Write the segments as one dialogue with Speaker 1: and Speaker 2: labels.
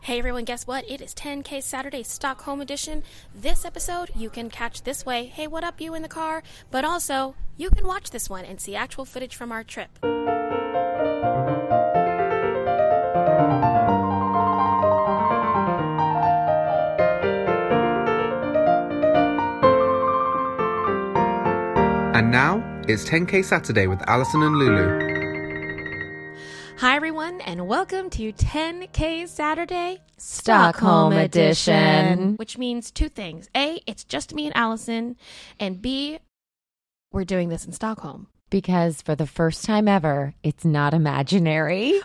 Speaker 1: Hey everyone, guess what? It is 10K Saturday Stockholm edition. This episode you can catch this way. Hey, what up, you in the car? But also, you can watch this one and see actual footage from our trip.
Speaker 2: And now it's 10K Saturday with Allison and Lulu.
Speaker 1: Hi everyone, and welcome to 10K Saturday
Speaker 3: Stockholm edition.
Speaker 1: which means two things. A, it's just me and Allison, and B, we're doing this in Stockholm.
Speaker 3: Because for the first time ever, it's not imaginary.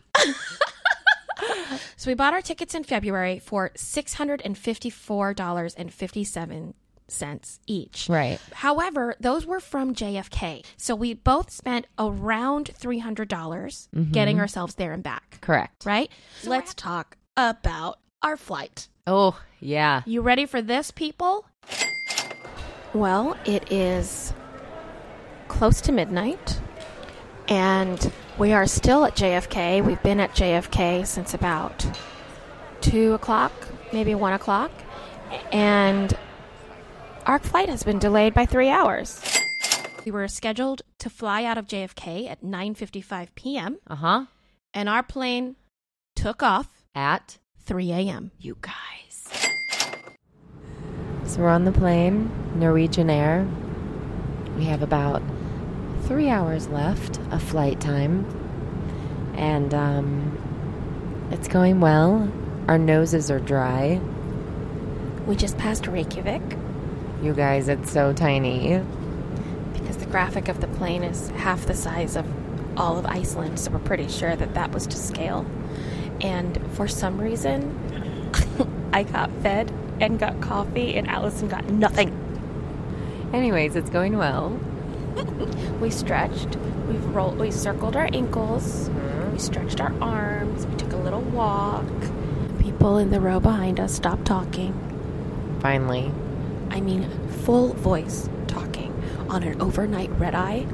Speaker 1: So we bought our tickets in February for $654.57 each.
Speaker 3: Right.
Speaker 1: However, those were from JFK. So we both spent around $300 dollars getting ourselves there and back,
Speaker 3: Correct.
Speaker 1: right? Let's talk about our flight.
Speaker 3: Oh, yeah.
Speaker 1: You ready for this, people? Well, it is close to midnight, and we are still at JFK. We've been at JFK since about 2 o'clock, maybe 1 o'clock, and our flight has been delayed by three hours. We were scheduled to fly out of JFK at 9.55 p.m.,
Speaker 3: Uh huh.
Speaker 1: and our plane took off
Speaker 3: At
Speaker 1: 3 a.m.
Speaker 3: you guys. So we're on the plane, Norwegian Air. We have about three hours left of flight time. And um, it's going well. Our noses are dry.
Speaker 1: We just passed Reykjavik.
Speaker 3: You guys, it's so tiny.
Speaker 1: because the graphic of the plane is half the size of all of Iceland, so we're pretty sure that that was to scale. And for some reason, I got fed and got coffee, and Allison got nothing.
Speaker 3: Anyways, it's going well.
Speaker 1: We stretched, we've rolled, we circled our ankles, we stretched our arms, we took a little walk. People in the row behind us stopped talking.
Speaker 3: Finally.
Speaker 1: I mean, full voice talking on an overnight red eye.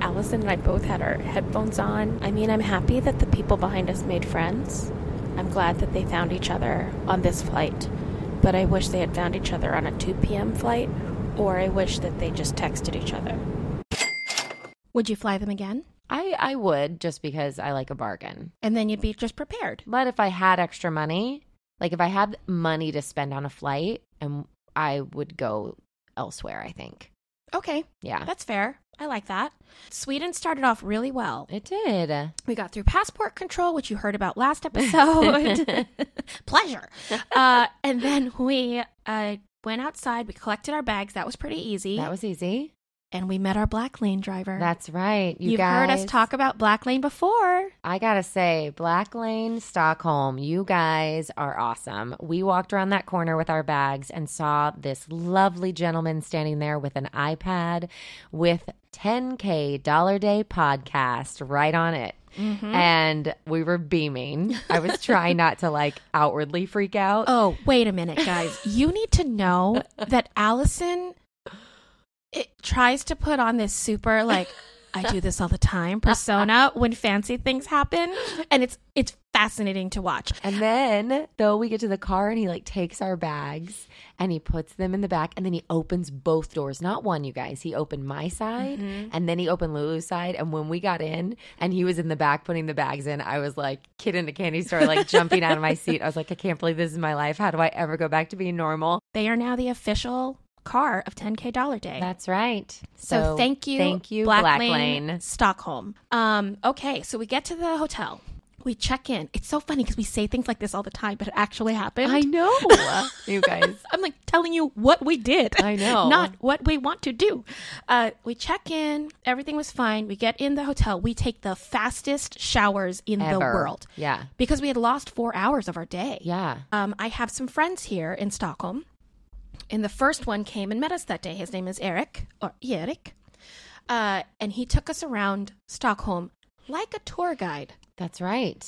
Speaker 1: Allison and I both had our headphones on. I mean, I'm happy that the people behind us made friends. I'm glad that they found each other on this flight, but I wish they had found each other on a 2 p.m. flight, or I wish that they just texted each other. Would you fly them again?
Speaker 3: I, I would just because I like a bargain.
Speaker 1: And then you'd be just prepared.
Speaker 3: But if I had extra money, like if I had money to spend on a flight, and I would go elsewhere, I think.
Speaker 1: Okay,
Speaker 3: Yeah.
Speaker 1: that's fair. I like that. Sweden started off really well.
Speaker 3: It did.
Speaker 1: We got through passport control, which you heard about last Oh, episode. Pleasure. Uh, and then we uh, went outside. We collected our bags. That was pretty easy.
Speaker 3: That was easy.
Speaker 1: and we met our black lane driver.
Speaker 3: That's right. You
Speaker 1: You've heard
Speaker 3: guys,
Speaker 1: us talk about black lane before.
Speaker 3: I gotta say, Black Lane, Stockholm, you guys are awesome. We walked around that corner with our bags and saw this lovely gentleman standing there with an iPad with 10K Dollar Day podcast right on it. And we were beaming. I was trying not to like outwardly freak out.
Speaker 1: Oh, wait a minute, guys. you need to know that Allison it tries to put on this super like I do this all the time persona when fancy things happen, and it's it's fascinating to watch.
Speaker 3: And then, though, we get to the car and he like takes our bags and he puts them in the back and then he opens both doors. Not one, you guys. He opened my side
Speaker 1: Mm-hmm.
Speaker 3: and then he opened Lulu's side. And when we got in and he was in the back putting the bags in, I was like, kid in a candy store, like jumping out of my seat. I was like, I can't believe this is my life. How do I ever go back to being normal?
Speaker 1: They are now the official car of 10K Dollar Day.
Speaker 3: That's right.
Speaker 1: so, thank you,
Speaker 3: Thank you,
Speaker 1: Black,
Speaker 3: Black,
Speaker 1: Lane,
Speaker 3: Lane.
Speaker 1: Stockholm. Um, okay, so we get to the hotel. We check in. It's so funny because we say things like this all the time, but it actually happened.
Speaker 3: I know, you guys.
Speaker 1: I'm like telling you what we did.
Speaker 3: I know.
Speaker 1: Not what we want to do. Uh, we check in. Everything was fine. We get in the hotel. We take the fastest showers in the
Speaker 3: Ever.
Speaker 1: world.
Speaker 3: Yeah.
Speaker 1: Because we had lost four hours of our day.
Speaker 3: Yeah.
Speaker 1: Um, I have some friends here in Stockholm. And the first one came and met us that day. His name is Eric, or Erik. Uh, and he took us around Stockholm like a tour guide.
Speaker 3: That's right.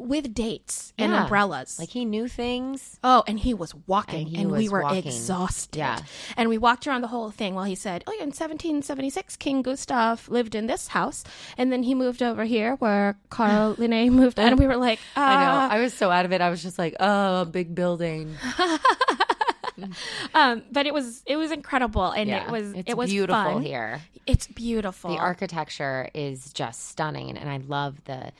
Speaker 1: with dates and
Speaker 3: Yeah.
Speaker 1: umbrellas.
Speaker 3: Like he knew things.
Speaker 1: Oh, and he was walking, and,
Speaker 3: And he
Speaker 1: we
Speaker 3: was
Speaker 1: were
Speaker 3: walking.
Speaker 1: exhausted.
Speaker 3: Yeah.
Speaker 1: And we walked around the whole thing while he said, Oh, yeah, in 1776, King Gustav lived in this house. And then he moved over here where Carl Linné moved. And we were like, uh,
Speaker 3: I know. I was so out of it. I was just like, oh, big building.
Speaker 1: Um, but it was it was incredible, and
Speaker 3: Yeah.
Speaker 1: it was
Speaker 3: It's
Speaker 1: it was
Speaker 3: beautiful
Speaker 1: fun.
Speaker 3: here.
Speaker 1: It's beautiful.
Speaker 3: The architecture is just stunning, and I love the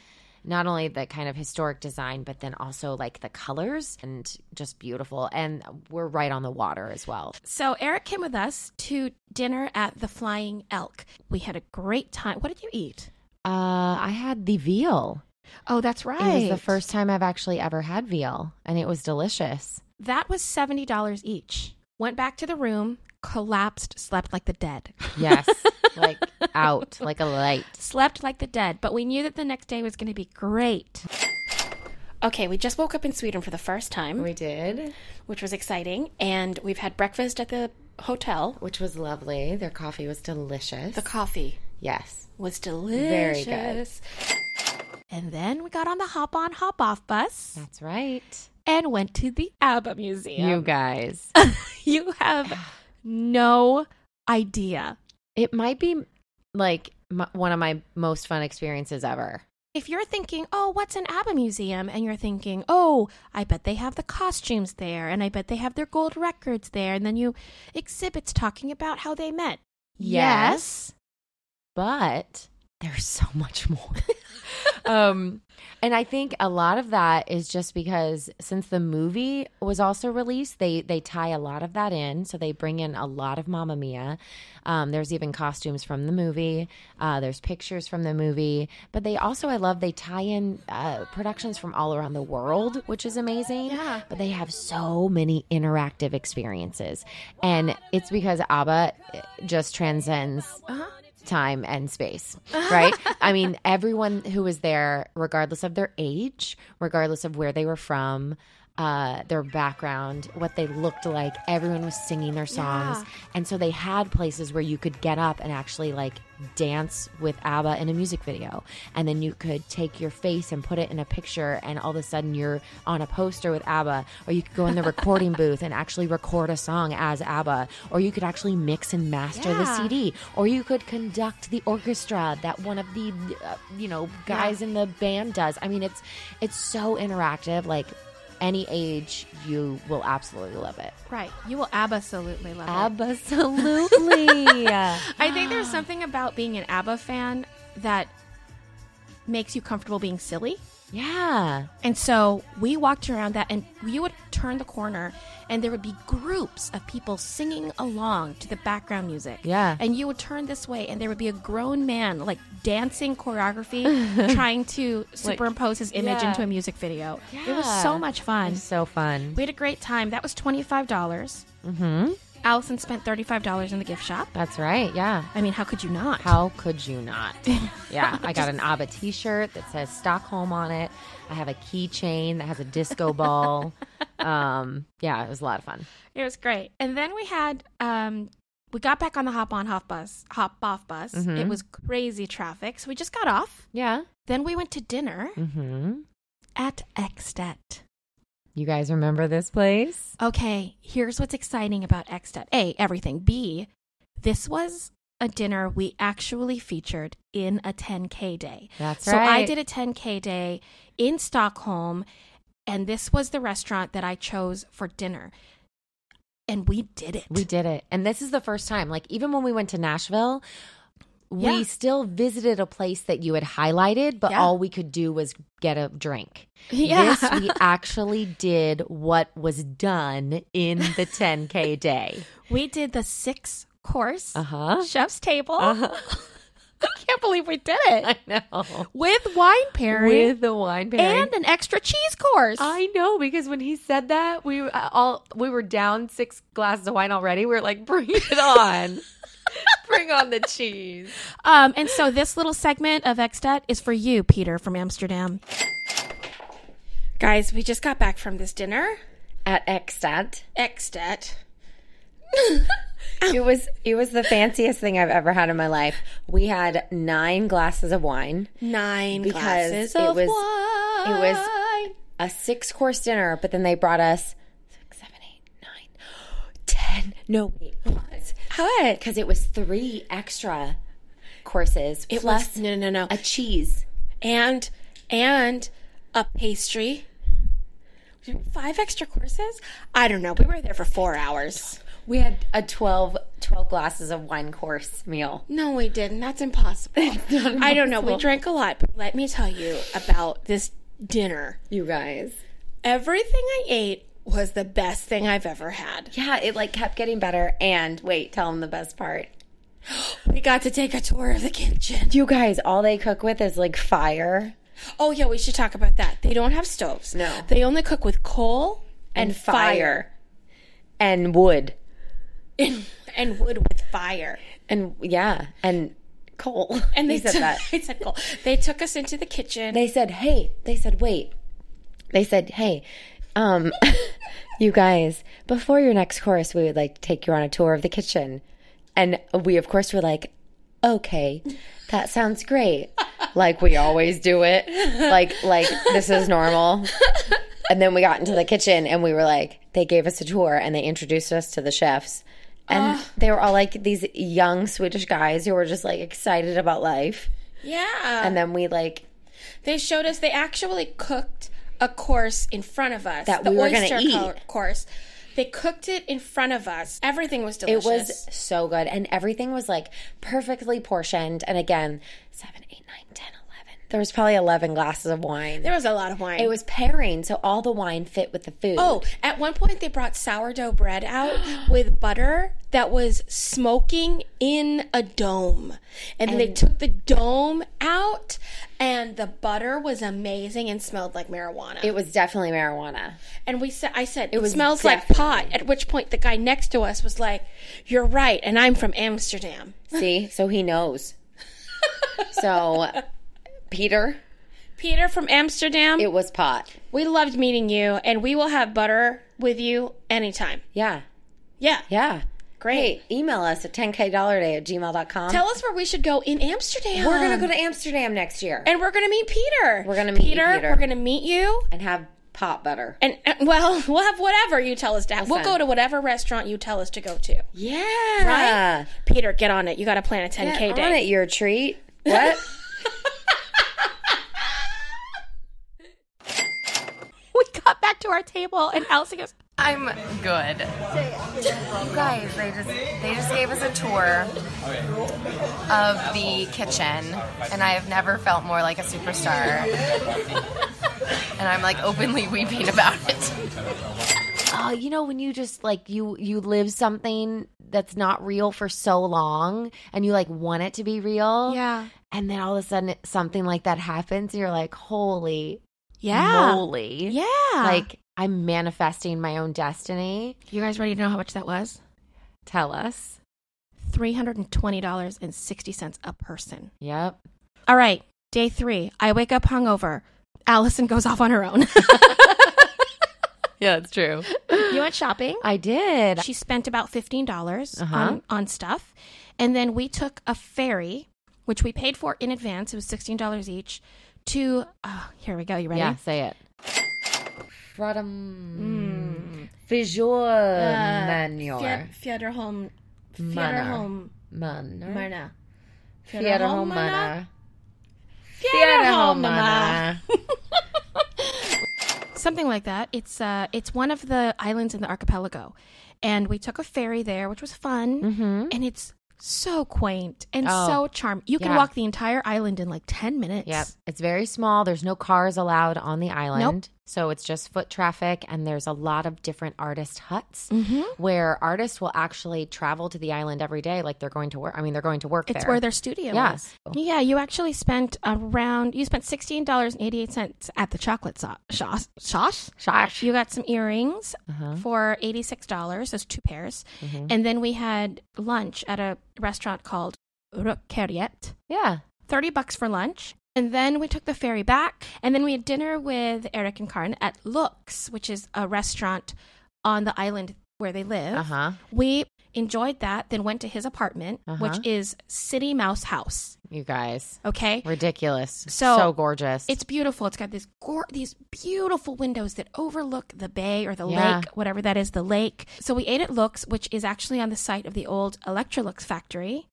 Speaker 3: not only the kind of historic design, but then also like the colors and just beautiful. And we're right on the water as well.
Speaker 1: so Eric came with us to dinner at the Flying Elk. We had a great time. What did you eat?
Speaker 3: Uh, I had the veal.
Speaker 1: Oh, that's right.
Speaker 3: It was the first time I've actually ever had veal, and it was delicious.
Speaker 1: That was seventy dollars each. Went back to the room, collapsed, slept like the dead.
Speaker 3: Yes, like out, like a light.
Speaker 1: slept like the dead, but we knew that the next day was going to be great. Okay, we just woke up in Sweden for the first time,
Speaker 3: did,
Speaker 1: which was exciting, and we've had breakfast at the hotel.
Speaker 3: which was lovely. Their coffee was delicious.
Speaker 1: The coffee
Speaker 3: yes.
Speaker 1: was
Speaker 3: Very
Speaker 1: delicious.
Speaker 3: good.
Speaker 1: And then we got on the hop on hop off bus
Speaker 3: That's right.
Speaker 1: and went to the ABBA
Speaker 3: You
Speaker 1: Museum.
Speaker 3: guys.
Speaker 1: You, have no idea.
Speaker 3: It might be like m one of my most fun experiences ever.
Speaker 1: If you're thinking, oh, what's an ABBA museum? And you're thinking, oh, I bet they have the costumes there, and I bet they have their gold records there, and then you exhibits talking about how they met.
Speaker 3: Yes. But there's so much more. um, and I think a lot of that is just because since the movie was also released, they they tie a lot of that in. So they bring in a lot of Mamma Mia. Um, there's even costumes from the movie. Uh, there's pictures from the movie. But they also, I love, they tie in uh, productions from all around the world, which is amazing.
Speaker 1: Yeah.
Speaker 3: But they have so many interactive experiences, and it's because ABBA eh, just transcends time and space, right? I mean, everyone who was there, regardless of their age, regardless of where they were from, uh, their background, what they looked like, everyone was singing their songs. And so they had places where you could get up and actually like dance with ABBA in a music video. And then you could take your face and put it in a picture, and all of a sudden you're on a poster with ABBA. Or you could go in the recording booth and actually record a song as ABBA. Or you could actually mix and master the
Speaker 1: Yeah.
Speaker 3: CD or you could conduct the orchestra that one of the uh, you know guys in the band does i mean it's it's so interactive like any age you will absolutely love it
Speaker 1: Right. You will absolutely love it.
Speaker 3: absolutely
Speaker 1: I think there's something about being an ABBA fan that makes you comfortable being silly.
Speaker 3: yeah
Speaker 1: And so we walked around that, and you would turn the corner, and there would be groups of people singing along to the background music.
Speaker 3: Yeah.
Speaker 1: And you would turn this way, and there would be a grown man, like dancing choreography, trying to superimpose his image
Speaker 3: yeah.
Speaker 1: into a music video. It was
Speaker 3: Yeah.
Speaker 1: so much fun.
Speaker 3: so fun
Speaker 1: We had a great time. That was $25. Mm-hmm. Allison spent $35 in the gift shop.
Speaker 3: that's right yeah
Speaker 1: I mean, how could you not?
Speaker 3: how could you not? Yeah, I got an ABBA t shirt that says Stockholm on it. I have a keychain that has a disco ball. Um, yeah, it was a lot of fun.
Speaker 1: It was great. And then we had um we got back on the hop on hop bus, hop off bus.
Speaker 3: Mm-hmm.
Speaker 1: It was crazy traffic. So we just got off.
Speaker 3: Yeah.
Speaker 1: Then we went to dinner
Speaker 3: hmm
Speaker 1: at Extet.
Speaker 3: You guys remember this place?
Speaker 1: Okay, here's what's exciting about Extet. A, everything. B, this was a dinner we actually featured in a 10K day.
Speaker 3: That's
Speaker 1: so I
Speaker 3: right.
Speaker 1: did a 10K day in Stockholm, and this was the restaurant that I chose for dinner. And we did it.
Speaker 3: We did it. And this is the first time, like, even when we went to Nashville,
Speaker 1: Yeah.
Speaker 3: we still visited a place that you had highlighted, but
Speaker 1: Yeah.
Speaker 3: all we could do was get a drink.
Speaker 1: Yeah.
Speaker 3: This, we actually did what was done in the 10K day.
Speaker 1: We did the six course
Speaker 3: huh.
Speaker 1: chef's table.
Speaker 3: Uh-huh.
Speaker 1: I can't believe we did it
Speaker 3: I know.
Speaker 1: with wine pairing
Speaker 3: With the wine pairing.
Speaker 1: and an extra cheese course.
Speaker 3: I know because when he said that, we uh, all we were down six glasses of wine already. We were like, "Bring it on, bring on the cheese."
Speaker 1: um, and so this little segment of Extat is for you, Peter from Amsterdam. Guys, we just got back from this dinner.
Speaker 3: At Extant,
Speaker 1: Extat.
Speaker 3: it was it was the fanciest thing I've ever had in my life. We had nine glasses of wine
Speaker 1: Nine
Speaker 3: Because
Speaker 1: glasses
Speaker 3: it
Speaker 1: of
Speaker 3: was-
Speaker 1: wine.
Speaker 3: It was a six course dinner, but then they brought us six, seven, eight, nine, ten. No, wait.
Speaker 4: What?
Speaker 3: Because it was three extra courses.
Speaker 4: It
Speaker 3: plus
Speaker 4: was no, no, no,
Speaker 3: a cheese.
Speaker 4: and and a pastry. Five extra courses? I don't know. We were there for four hours.
Speaker 3: We had a 12, 12 glasses of wine course meal.
Speaker 4: No, we didn't. That's impossible. I don't know. We drank a lot, but let me tell you about this dinner.
Speaker 3: You guys.
Speaker 4: Everything I ate was the best thing I've ever had.
Speaker 3: Yeah, it like kept getting better. And wait, tell them the best part.
Speaker 4: We got to take a tour of the kitchen.
Speaker 3: You guys, all they cook with is like fire.
Speaker 4: Oh yeah, we should talk about that. They don't have stoves.
Speaker 3: No.
Speaker 4: They only cook with coal and, fire.
Speaker 3: and wood
Speaker 4: And, and wood with fire.
Speaker 3: and yeah and coal
Speaker 4: And they
Speaker 3: He said
Speaker 4: took-
Speaker 3: that
Speaker 4: They said coal. They took us into the kitchen.
Speaker 3: they said hey they said wait they said hey um you guys before your next course we would like to take you on a tour of the kitchen and we of course were like okay that sounds great like we always do it like like this is normal and then we got into the kitchen and we were like they gave us a tour and they introduced us to the chefs and they were all like these young swedish guys who were just like excited about life
Speaker 4: yeah.
Speaker 3: and then we like
Speaker 4: They showed us they actually cooked a course in front of us.
Speaker 3: That
Speaker 4: the
Speaker 3: we were gonna
Speaker 4: oyster
Speaker 3: eat.
Speaker 4: co- course. They cooked it in front of us. Everything was
Speaker 3: It was
Speaker 4: delicious.
Speaker 3: so good. And everything was like perfectly portioned. And again, seven, eight, nine, ten, eleven. There was probably 11 glasses of wine.
Speaker 4: there was a lot of wine.
Speaker 3: It was pairing. So all the wine fit with the food.
Speaker 4: Oh, at one point they brought sourdough bread out with butter that was smoking in a dome. And, then they took the dome out and the butter was amazing and smelled like marijuana.
Speaker 3: It was definitely marijuana.
Speaker 4: and we said I said it,
Speaker 3: was
Speaker 4: smells like pot, at which point the guy next to us was like, "You're right, and I'm from Amsterdam."
Speaker 3: See? So he knows. so, Peter,
Speaker 4: Peter from Amsterdam,
Speaker 3: it was pot.
Speaker 4: we loved meeting you, and we will have butter with you anytime.
Speaker 3: Yeah.
Speaker 4: Yeah,
Speaker 3: Yeah.
Speaker 4: great.
Speaker 3: Hey, email us at 10kdollarday at gmail.com.
Speaker 4: Tell us where we should go in Amsterdam.
Speaker 3: we're going to go to Amsterdam next year
Speaker 4: and we're gonna meet Peter.
Speaker 3: We're gonna meet you, Peter.
Speaker 4: We're gonna meet you,
Speaker 3: and have pot butter.
Speaker 4: and, and well, we'll have whatever you tell us to have. We'll
Speaker 3: Listen.
Speaker 4: go to whatever restaurant you tell us to go to.
Speaker 3: Yeah.
Speaker 4: Right? Peter, get on it. You got to plan a 10k
Speaker 3: Get
Speaker 4: Uh, day.
Speaker 3: on it, your treat. What?
Speaker 1: We got back to our table, and Elsie goes,
Speaker 5: I'm good. You guys, they just they just gave us a tour of the kitchen, and I have never felt more like a superstar. And I'm like openly weeping about it.
Speaker 3: Oh, you know when you just like you you live something that's not real for so long and you like want it to be real.
Speaker 1: Yeah.
Speaker 3: And then all of a sudden it- something like that happens and you're like, "Holy
Speaker 1: Yeah.
Speaker 3: moly."
Speaker 1: Yeah.
Speaker 3: Like I'm manifesting my own destiny.
Speaker 1: you guys ready to know how much that was?
Speaker 3: Tell us.
Speaker 1: $320.60 a person.
Speaker 3: Yep.
Speaker 1: All right, day three. I wake up hungover. Allison goes off on her own.
Speaker 5: Yeah, it's true.
Speaker 1: you went shopping.
Speaker 3: I did.
Speaker 1: She spent about fifteen dollars
Speaker 3: Uh-huh.
Speaker 1: on, on stuff, and then we took a ferry, which we paid for in advance. It was sixteen dollars each. To oh, here we go. You ready?
Speaker 3: Yeah, say it. Frodum. Fijor manor.
Speaker 4: Fjorderholm.
Speaker 3: Manor.
Speaker 4: Fjorderholm.
Speaker 3: Manor.
Speaker 4: Mana.
Speaker 3: Fjäderholm
Speaker 4: Fjorderholm.
Speaker 3: manor.
Speaker 4: Fjorderholm.
Speaker 1: Something like that. It's uh, it's one of the islands in the archipelago, and we took a ferry there, which was fun, and it's so quaint and
Speaker 3: Mm-hmm.
Speaker 1: so
Speaker 3: Oh,
Speaker 1: charming. You can
Speaker 3: yeah.
Speaker 1: walk the entire island in like ten minutes.
Speaker 3: Yep. It's very small. There's no cars allowed on the island. So it's just foot traffic. And there's a lot of different artist huts
Speaker 4: Mm-hmm.
Speaker 3: where artists will actually travel to the island every day. Like they're going to work. I mean, they're going to work
Speaker 1: It's
Speaker 3: there.
Speaker 1: where their studio
Speaker 3: Yeah.
Speaker 1: is. Yeah, you actually spent around you spent sixteen dollars and eighty eight cents at the chocolate so- shosh. Shosh.
Speaker 3: Shosh.
Speaker 1: You got some earrings for eighty six dollars. Those two pairs, and then we had lunch at a restaurant called Rukeriet.
Speaker 3: yeah.
Speaker 1: Thirty bucks for lunch. And then we took the ferry back, and then we had dinner with Eric and Karn at Lux, which is a restaurant on the island where they live.
Speaker 3: Uh huh.
Speaker 1: We
Speaker 4: enjoyed that, then went to his apartment, which is City Mouse House.
Speaker 3: You guys.
Speaker 4: Okay.
Speaker 3: Ridiculous. So,
Speaker 4: So,
Speaker 3: gorgeous.
Speaker 4: It's beautiful. It's got this gor- these beautiful windows that overlook the bay or the
Speaker 3: Yeah.
Speaker 4: lake, whatever that is, the lake. So we ate at Looks, which is actually on the site of the old Electrolux factory.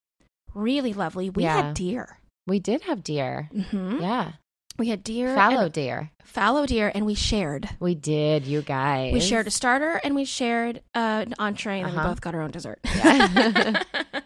Speaker 4: Really lovely. We
Speaker 3: Yeah.
Speaker 4: had deer.
Speaker 3: we did have deer.
Speaker 4: hmm
Speaker 3: Yeah.
Speaker 4: We had deer,
Speaker 3: Fallow
Speaker 4: and,
Speaker 3: deer.
Speaker 4: fallow deer, and we shared.
Speaker 3: We did, you guys.
Speaker 4: We shared a starter and we shared uh, an entree, and then
Speaker 3: Uh-huh.
Speaker 4: we both got our own dessert.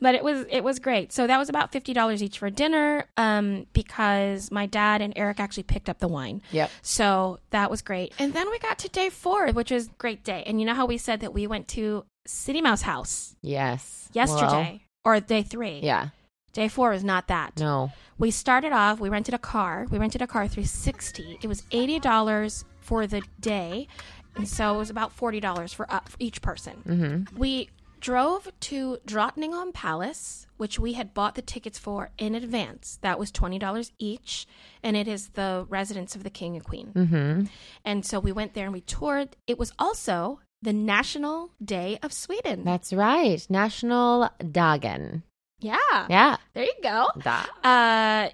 Speaker 4: but it was it was great. So that was about fifty dollars each for dinner, um, because my dad and Eric actually picked up the wine.
Speaker 3: Yep.
Speaker 4: So that was great. And then we got to day four, which was great day. And you know how we said that we went to City Mouse House
Speaker 3: Yes.
Speaker 4: yesterday or day three.
Speaker 3: Well, yeah.
Speaker 4: Day four was not that.
Speaker 3: No.
Speaker 4: We started off, we rented a car. We rented a car through 60. It was $80 for the day. And so it was about $40 for, uh, for each person. Mm-hmm. We drove to Drottningham Palace, which we had bought the tickets for in advance. That was $20 each. And it is the residence of the king and queen.
Speaker 3: Mm-hmm.
Speaker 4: And so we went there and we toured. It was also the National Day of Sweden.
Speaker 3: That's right. National Dagen.
Speaker 4: yeah.
Speaker 3: Yeah.
Speaker 4: There you go.
Speaker 3: Da-
Speaker 4: Uh,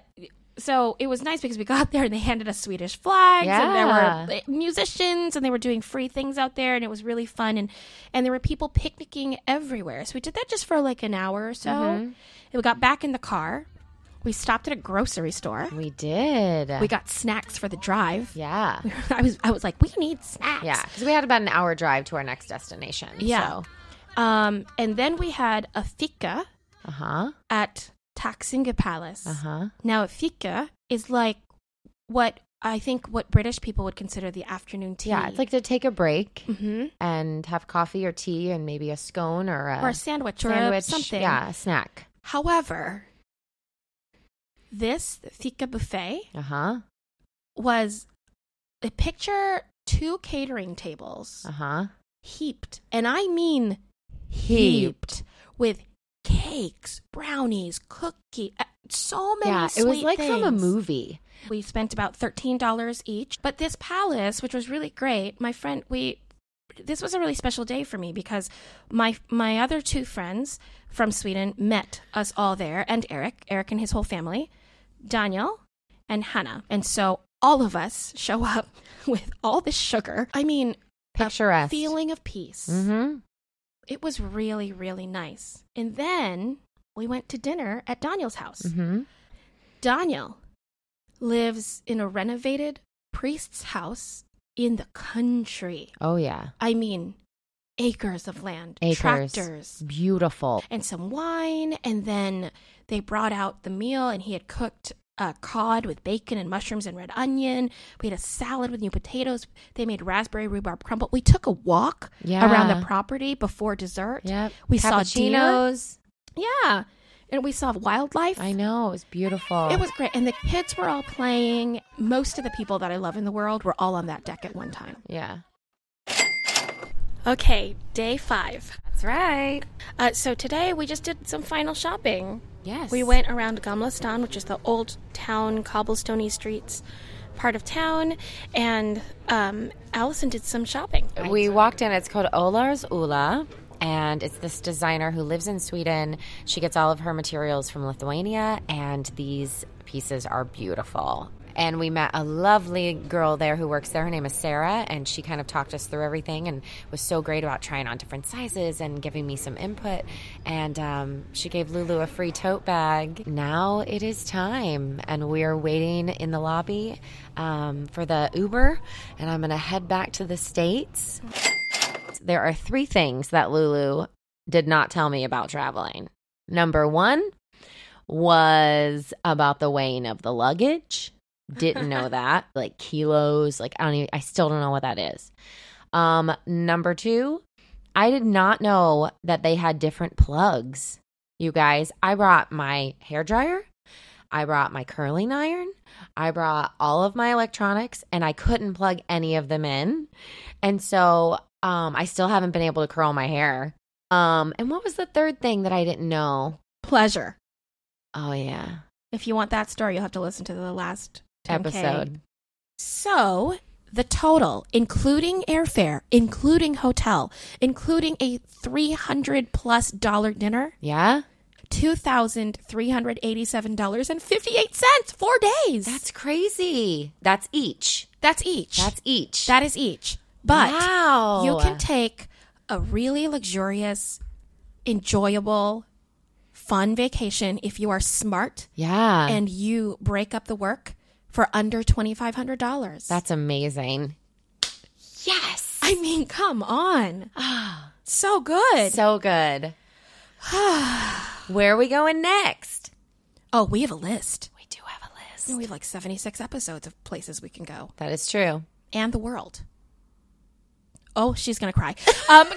Speaker 4: so it was nice because we got there and they handed us Swedish flags and there were
Speaker 3: Yeah.
Speaker 4: uh, musicians and they were doing free things out there and it was really fun and and there were people picnicking everywhere. So we did that just for like an hour or so.
Speaker 3: Mm-hmm.
Speaker 4: And we got back in the car. We stopped at a grocery store.
Speaker 3: We did.
Speaker 4: We got snacks for the drive.
Speaker 3: Yeah.
Speaker 4: I was I was like, we need snacks.
Speaker 3: Yeah. Because we had about an hour drive to our next destination.
Speaker 4: Yeah.
Speaker 3: So.
Speaker 4: Um, and then we had a fika
Speaker 3: Uh huh.
Speaker 4: at Taxinga Palace.
Speaker 3: Uh huh.
Speaker 4: Now, a fika is like what I think what British people would consider the afternoon tea.
Speaker 3: Yeah. It's like to take a break
Speaker 4: Mhm.
Speaker 3: and have coffee or tea and maybe a scone or a,
Speaker 4: or a sandwich, or a
Speaker 3: sandwich.
Speaker 4: something.
Speaker 3: Yeah. A snack.
Speaker 4: However, this fika buffet
Speaker 3: Uh huh.
Speaker 4: was a picture two catering tables
Speaker 3: Uh huh.
Speaker 4: heaped, and I mean
Speaker 3: Heaped.
Speaker 4: heaped with cakes, brownies, cookie, uh, so many.
Speaker 3: Yeah. It was
Speaker 4: sweet
Speaker 3: like from a
Speaker 4: things.
Speaker 3: movie.
Speaker 4: We spent about $13 each. But this palace, which was really great, my friend, we this was a really special day for me because my my other two friends from Sweden met us all there and Eric, Eric and his whole family, Daniel and Hannah. And so all of us show up with all this sugar. I mean, a
Speaker 3: Picturesque.
Speaker 4: feeling of peace.
Speaker 3: Mm-hmm.
Speaker 4: It was really really nice. And then we went to dinner at Daniel's house.
Speaker 3: Mm-hmm.
Speaker 4: Daniel lives in a renovated priest's house in the country.
Speaker 3: Oh yeah.
Speaker 4: I mean, acres of land,
Speaker 3: Acres.
Speaker 4: tractors,
Speaker 3: Beautiful.
Speaker 4: and some wine. And then they brought out the meal, and he had cooked uh, cod with bacon and mushrooms and red onion. We had a salad with new potatoes. They made raspberry rhubarb crumble. We took a walk around
Speaker 3: Yeah.
Speaker 4: the property before dessert.
Speaker 3: Yep.
Speaker 4: We saw deer.
Speaker 3: Cappuccinos.
Speaker 4: Yeah. And we saw wildlife.
Speaker 3: I know. It was beautiful.
Speaker 4: It was great. And the kids were all playing. Most of the people that I love in the world were all on that deck at one time.
Speaker 3: Yeah.
Speaker 4: Okay, day five.
Speaker 6: That's right.
Speaker 4: Uh, so today we just did some final shopping.
Speaker 3: Yes.
Speaker 4: We went around Gamla Stan, which is the old town, cobblestony streets part of town, and um, Allison did some shopping.
Speaker 3: We walked in. It's called Olar's Ula. And it's this designer who lives in Sweden. She gets all of her materials from Lithuania, and these pieces are beautiful. And we met a lovely girl there who works there. Her name is Sarah, and she kind of talked us through everything and was so great about trying on different sizes and giving me some input. And um, she gave Lulu a free tote bag. Now it is time, and we are waiting in the lobby um, for the Uber, and I'm going to head back to the States. There are three things that Lulu did not tell me about traveling. Number one was about the weighing of the luggage. Didn't know that. Like kilos, like I don't even, I still don't know what that is. Um, number two, I did not know that they had different plugs. You guys, I brought my hair dryer. I brought my curling iron. I brought all of my electronics and I couldn't plug any of them in. And so um, I still haven't been able to curl my hair. Um, and what was the third thing that I didn't know?
Speaker 4: Pleasure.
Speaker 3: Oh, yeah.
Speaker 4: If you want that story, you'll have to listen to the last 10K.
Speaker 3: Episode.
Speaker 4: So the total, including airfare, including hotel, including a 300 plus dollar dinner,
Speaker 3: Yeah?
Speaker 4: $2,387.58 four days.
Speaker 3: That's crazy. That's each.
Speaker 4: That's each.
Speaker 3: That's each.
Speaker 4: That is each. But
Speaker 3: Wow.
Speaker 4: you can take a really luxurious, enjoyable, fun vacation if you are smart
Speaker 3: yeah.
Speaker 4: and you break up the work for under $2,500.
Speaker 3: That's amazing. Yes.
Speaker 4: I mean, come on. so good.
Speaker 3: So good. Where are we going next?
Speaker 4: oh, we have a list.
Speaker 3: We do have a list.
Speaker 4: We have like 76 episodes of places we can go
Speaker 3: That is true.
Speaker 4: and the world. Oh, she's going to cry. Um,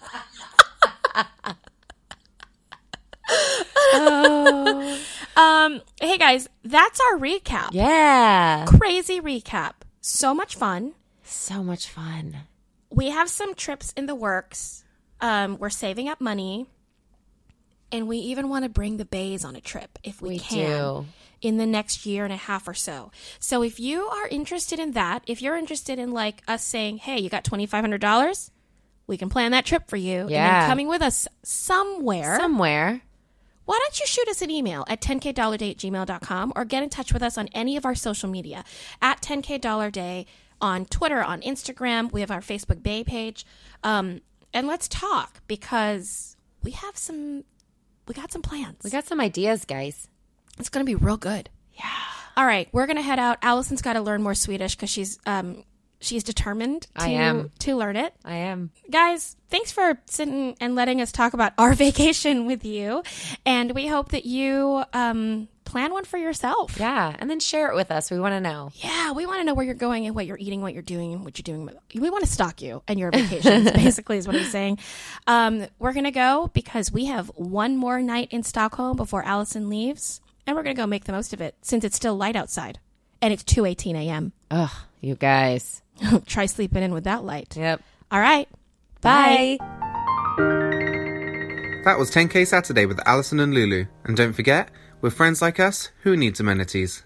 Speaker 4: um, hey guys, that's our recap.
Speaker 3: Yeah.
Speaker 4: Crazy recap. So much fun.
Speaker 3: So much fun.
Speaker 4: we have some trips in the works. Um, we're saving up money, and we even want to bring the bays on a trip if we,
Speaker 3: We
Speaker 4: can
Speaker 3: do.
Speaker 4: in the next year and a half or so. So if you are interested in that, if you're interested in like us saying, "Hey, you got twenty five hundred dollars." We can plan that trip for you. And
Speaker 3: Yeah.
Speaker 4: then coming with us somewhere.
Speaker 3: Somewhere.
Speaker 4: Why don't you shoot us an email at 10kdollarday at gmail.com or get in touch with us on any of our social media at 10kdollarday on Twitter, on Instagram. We have our Facebook Bay page. Um, and let's talk because we have some, we got some plans.
Speaker 3: We got some ideas, guys.
Speaker 4: it's going to be real good. Yeah. All right. We're going to head out. Allison's got to learn more Swedish because she's, um, she's determined to,
Speaker 3: I am.
Speaker 4: to learn it
Speaker 3: I am.
Speaker 4: guys, thanks for sitting and letting us talk about our vacation with you. And we hope that you um, plan one for yourself.
Speaker 3: Yeah. And then share it with us. We want to know.
Speaker 4: Yeah, we want to know where you're going and what you're eating, what you're doing, and what you're doing. We want to stalk you and your vacations, basically, is what I'm saying. Um, we're going to go because we have one more night in Stockholm before Allison leaves. And we're going to go make the most of it since it's still light outside and it's 2.18 a.m.
Speaker 3: Ugh, you guys.
Speaker 4: Try sleeping in with that light.
Speaker 3: Yep.
Speaker 4: All right. Bye.
Speaker 3: Bye.
Speaker 2: That was 10K Saturday with Allison and Lulu. And don't forget, with friends like us, who needs amenities?